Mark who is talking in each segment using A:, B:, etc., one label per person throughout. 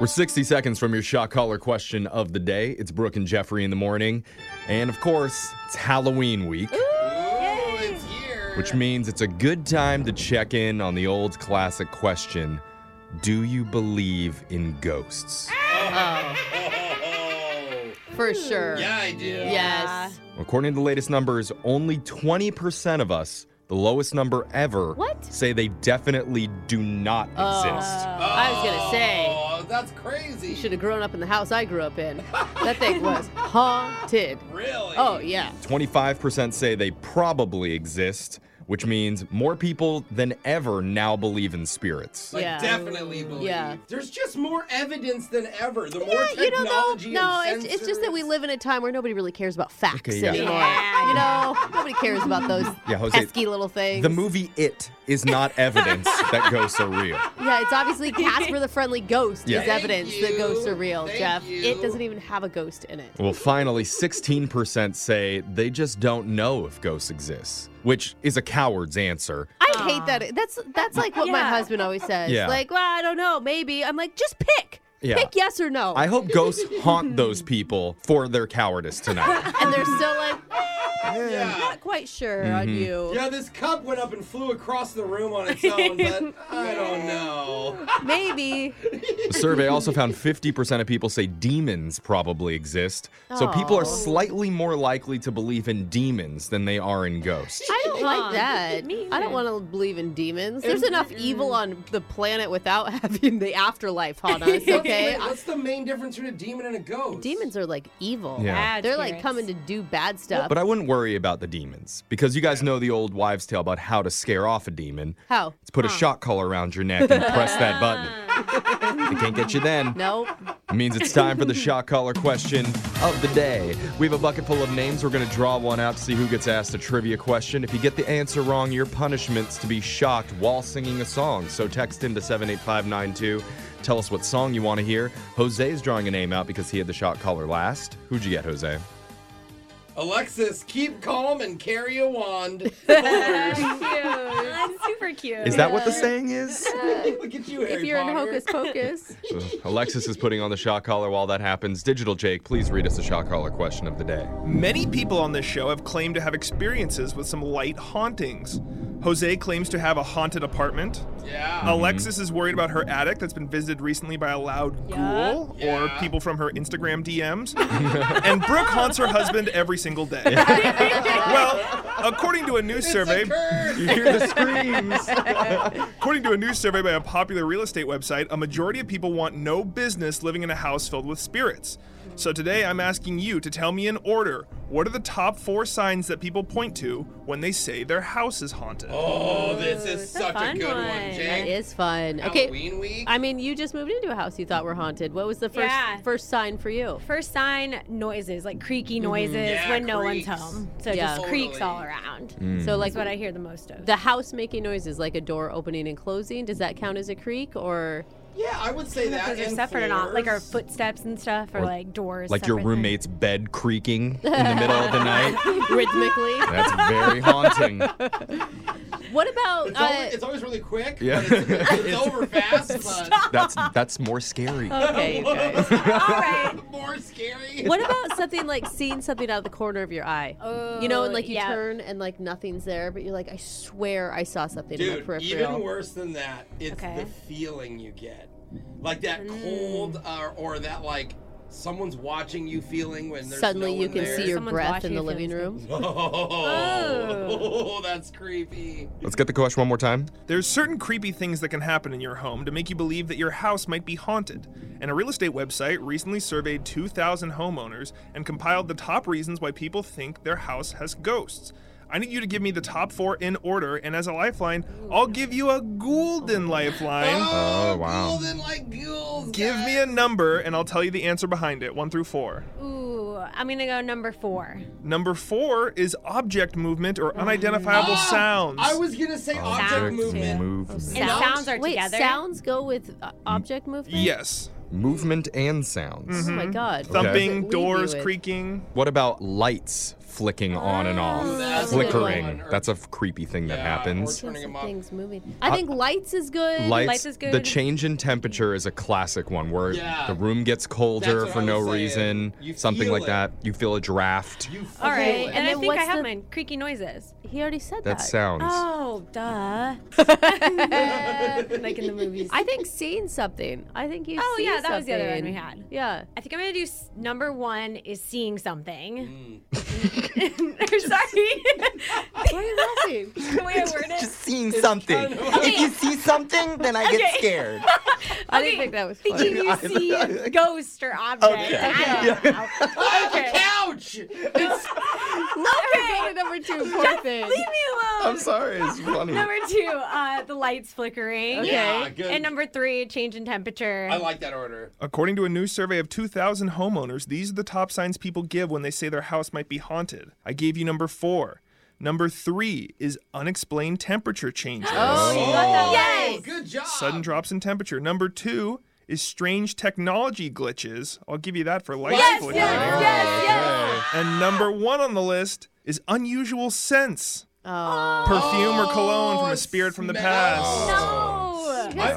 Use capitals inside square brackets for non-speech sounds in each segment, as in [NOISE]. A: We're 60 seconds from your shot caller question of the day. It's Brooke and Jeffrey in the morning. And of course, it's Halloween week,
B: it's here.
A: which means it's a good time to check in on the old classic question Do you believe in ghosts?
C: [LAUGHS]
B: Oh.
C: For sure.
B: Yeah, I do.
C: Yes.
A: According to the latest numbers, only 20% of us, the lowest number ever,
C: What?
A: say they definitely do not exist.
C: Uh, I was gonna say
B: Oh, that's crazy.
C: you should have grown up in the house I grew up in. That thing
B: [LAUGHS]
C: was haunted.
B: Really?
C: Oh yeah.
A: 25% say they probably exist, which means more people than ever now believe in spirits.
B: Like,
C: Yeah.
B: definitely believe.
C: Yeah.
B: There's just more evidence than ever. The more
C: Yeah,
B: technology
C: you don't know. No,
B: and
C: it's, it's just that we
B: sensors-
C: live in a time where nobody really cares about facts
A: Okay, yeah.
C: anymore.
D: Yeah.
C: You know, nobody cares about those
A: Yeah, Jose,
C: pesky little things.
A: The movie It is
C: [LAUGHS]
A: not evidence that ghosts are real.
C: Yeah, it's obviously Casper the Friendly Ghost
A: Yeah.
C: is
A: Thank
C: evidence
B: you.
C: that ghosts are real,
B: Thank
C: Jeff.
B: you.
C: It doesn't even have a ghost in it.
A: Well, finally, 16% say they just don't know if ghosts exist, which is a coward's answer.
C: I hate that. That's that's like what my
D: Yeah.
C: husband always says.
A: Yeah.
C: Like, well, I don't know, maybe. I'm like, just pick.
A: Yeah.
C: Pick yes or no.
A: I hope
C: [LAUGHS]
A: ghosts haunt those people for their cowardice tonight.
C: and they're still
D: [LAUGHS]
C: like, "Eh,
B: Yeah.
D: Not quite sure on
A: Mm-hmm.
D: you.
B: Yeah, this cup went up and flew across the room on
C: [LAUGHS]
B: its own, but I don't know.
D: [LAUGHS] Maybe.
A: The survey also found 50% of people say demons probably exist. So people
C: Oh.
A: are slightly more likely to believe in demons than they are in ghosts.
C: I don't like
D: Aw,
C: that.
D: me
C: I
D: either.
C: don't want to believe in demons. There's enough evil on the planet without [LAUGHS] having the afterlife
D: [LAUGHS]
C: haunt us, okay?
B: Wait, What's the main difference between a demon and a ghost?
C: demons are like evil.
A: Yeah.
D: Bad
C: They're like
D: spirits.
C: coming to do bad stuff.
A: But I wouldn't worry about the demons because you guys know the old wives' tale about how to scare off a demon.
C: How?
A: It's put a shock collar around your neck and press that button. They can't get you then. [LAUGHS]
C: No.
A: It means it's time for the shock collar question of the day. We have a bucket full of names. We're going to draw one out to see who gets asked a trivia question. If you get the answer wrong, your punishment's to be shocked while singing a song. So text into 78592. Tell us what song you want to hear. Jose is drawing a name out because he had the shock collar last. Who'd you get, Jose?
B: Alexis, keep calm and carry a
C: [LAUGHS]
B: wand. [LAUGHS]
D: That's super cute.
A: Is that what the saying is?
B: Look at you, Harry
C: If you're in
B: Potter.
C: Hocus
D: [LAUGHS]
C: Pocus.
A: Uh, Alexis is putting on the shock collar while that happens. Digital Jake, please read us the shock collar question of the day.
E: Many people on this show have claimed to have experiences with some light hauntings. Jose claims to have a haunted apartment.
B: Mm-hmm. Yeah.
E: Alexis is worried about her attic that's been visited recently by a loud ghoul
B: Yeah.
E: or people from her Instagram
B: [LAUGHS]
E: DMs. and Brooke haunts her husband every single day. well, according to a new survey,
B: It's a curse.
A: You hear the screams.
E: according to a new survey by a popular real estate website, a majority of people want no business living in a house filled with spirits. So today I'm asking you to tell me in order, what are the top 4 signs that people point to when they say their house is haunted?
B: [LAUGHS] Oh, this is
D: a
B: such a
D: fun
B: good one,
D: one.
C: That
B: Jake.
C: is fun. Okay.
B: Halloween week.
C: I mean, you just moved into a house you thought were haunted. What was the first
D: Yeah.
C: first sign for you?
D: First sign noises, like creaky noises
B: Yeah,
D: when no one's
B: creaks.
D: home. So
C: Mm-hmm. Yeah.
D: just creaks all
B: Totally.
D: around.
A: Hmm.
C: So like
D: That's what I hear the most of.
C: the house making noises, like a door opening and closing. Does that count as a creak
D: [LAUGHS]
C: or?
B: yeah, I would say that.
D: Those are
B: and
D: separate or not, like our
B: floors.
D: footsteps and stuff, or,
A: Or
D: like doors.
A: like your
D: separate than-
A: roommate's bed creaking in the middle of the night.
C: rhythmically.
A: That's very haunting.
C: What about
B: It's,
C: uh,
B: always, it's always really quick.
A: Yeah.
B: Yeah. It's,
A: [LAUGHS]
B: it's
D: [LAUGHS]
B: over fast, [LAUGHS] but
A: That's that's more scary.
C: [LAUGHS] okay, you guys.
B: [LAUGHS] more scary.
C: What about something like seeing something out of the corner of your eye? you know, and like you
D: Oh, yeah.
C: turn and like nothing's there, but you're like, I swear I saw something in my
B: Dude,
C: peripheral.
B: even worse than that, it's
D: Okay. Hmm.
B: the feeling you get, like that cold uh, or that like someone's watching you feeling when there's
C: Suddenly,
B: no
C: you
B: one
C: can
B: there. [LAUGHS]
C: see your
D: Someone's
C: breath
D: watching
C: in the
D: you feeling
C: living room.
B: Oh, [LAUGHS] that's creepy.
A: Let's get the question one more time.
E: There's certain creepy things that can happen in your home to make you believe that your house might be haunted. And a real estate website recently surveyed 2,000 homeowners and compiled the top reasons why people think their house has ghosts. I need you to give me the top four in order, and as a lifeline, I'll give you a Goulden lifeline.
B: Oh,
A: wow.
B: Golden like ghouls.
E: Give me a number, and I'll tell you the answer behind it one through four.
D: Ooh, I'm gonna go number four.
E: Number four is object movement or unidentifiable sounds.
B: Mm. Ah, I was gonna say object
D: Sounds,
B: movement.
D: And
B: Sounds?
D: sounds, are
C: Wait,
D: together.
C: sounds go with uh, object movement.
E: yes.
A: Movement and sounds.
C: Oh my god.
B: Mm-hmm.
A: Okay.
E: Thumping,
C: Leave you
E: doors
C: with-
E: creaking.
A: What about lights, flicking on and off,
B: That's a good
A: flickering.
B: one.
A: That's a f- creepy thing that
B: Yeah,
A: happens.
B: or turning them up.
D: Things moving. I think lights is good.
A: Lights,
D: is good.
A: the change in temperature is a classic one where
B: Yeah.
A: the room gets colder
B: That's what
A: for
B: I
A: no
B: was saying.
A: reason,
B: You
A: something
B: feel
A: like
B: it.
A: that. You feel a draft.
B: You feel
D: All right,
B: it.
D: and I
C: then
D: think I
C: what's
D: have
C: the-
D: mine. Creaky noises.
C: He already said
A: that
C: that.
A: sounds.
D: Oh, duh. [LAUGHS] like in the movies.
C: I think seeing something. I think you.
D: Oh,
C: see
D: yeah, that was the other one we
C: something.
D: had. [LAUGHS]
C: Yeah.
D: I think I'm gonna do s- number one is seeing something. [LAUGHS] Or Sorry.
C: Why are you laughing?
D: the way I word it.
A: seeing something. If you see something, then I get
D: [LAUGHS]
A: scared.
C: I didn't think that was funny.
D: Thinking you see a [LAUGHS] ghost or object.
A: Okay.
D: I don't know. Okay.
B: Ah, Couch!
D: [LAUGHS]
B: It's
C: Okay, number two, poor thing.
D: Leave me alone.
A: I'm sorry, it's funny.
D: Number two, uh, the lights flickering.
C: Okay.
B: Yeah, good.
D: And number three, change in temperature.
B: I like that order.
E: According to a new survey of 2,000 homeowners, these are the top signs people give when they say their house might be haunted. I gave you number four. Number three is unexplained
D: [GASPS]
E: temperature changes.
C: Oh, you got that
D: Yes.
C: right.
B: Good job.
E: Sudden drops in temperature. Number two is strange technology glitches. I'll give you that for light
D: yes, yes,
E: flickering.
D: yes, yes.
E: And number one on the list is unusual scents.
C: Oh.
E: Perfume or cologne from
B: Oh,
E: a spirit from the
B: smell.
E: past.
D: No.
C: Got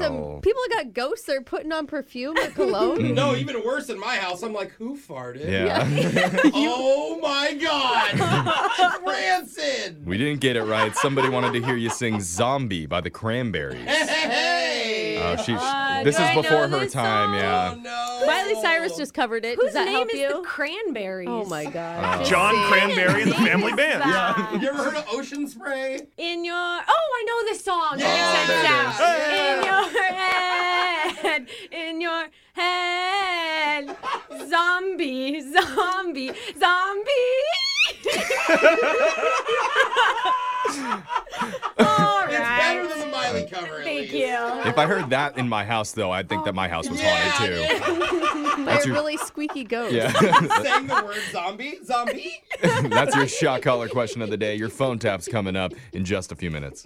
A: Oh.
C: some people got ghosts. They're putting on perfume or
A: [LAUGHS]
C: cologne.
B: No, even worse in my house, I'm like, who farted?
A: Yeah. [LAUGHS]
B: [LAUGHS] Oh my god!
D: [LAUGHS]
B: Rancid!
A: we didn't get it right. Somebody wanted to hear you sing Zombie by the Cranberries.
B: Hey!
A: Oh, she's,
D: Uh,
A: this
D: do
A: is
D: I
A: before
D: know
A: her
D: this
A: time,
D: song?
B: Oh
A: yeah.
B: no!
C: Miley Cyrus just covered it.
D: Whose
C: Does that
D: name
C: help
D: is
C: you?
D: the Cranberries?
C: oh my god. Just
E: John
C: saying.
E: Cranberry and the Family Band.
D: Yeah.
B: You ever heard of Ocean Spray?
D: In your oh, I know this song.
B: Yeah,
D: Makes sense
B: there it
D: now. In
B: is.
D: your head, in your head, zombie, zombie,
B: [LAUGHS]
D: zombie. All
B: It's better
D: right.
B: than the Miley cover. at
D: Thank
B: least.
D: you.
A: If I heard that in my house, though, I'd think that my house was
D: Oh.
A: haunted, too.
B: Yeah,
C: By a really squeaky ghost.
D: [LAUGHS]
A: Yeah.
B: [LAUGHS] Saying the word zombie, zombie.
A: [LAUGHS] That's your shot collar question of the day. Your phone tap's coming up in just a few minutes.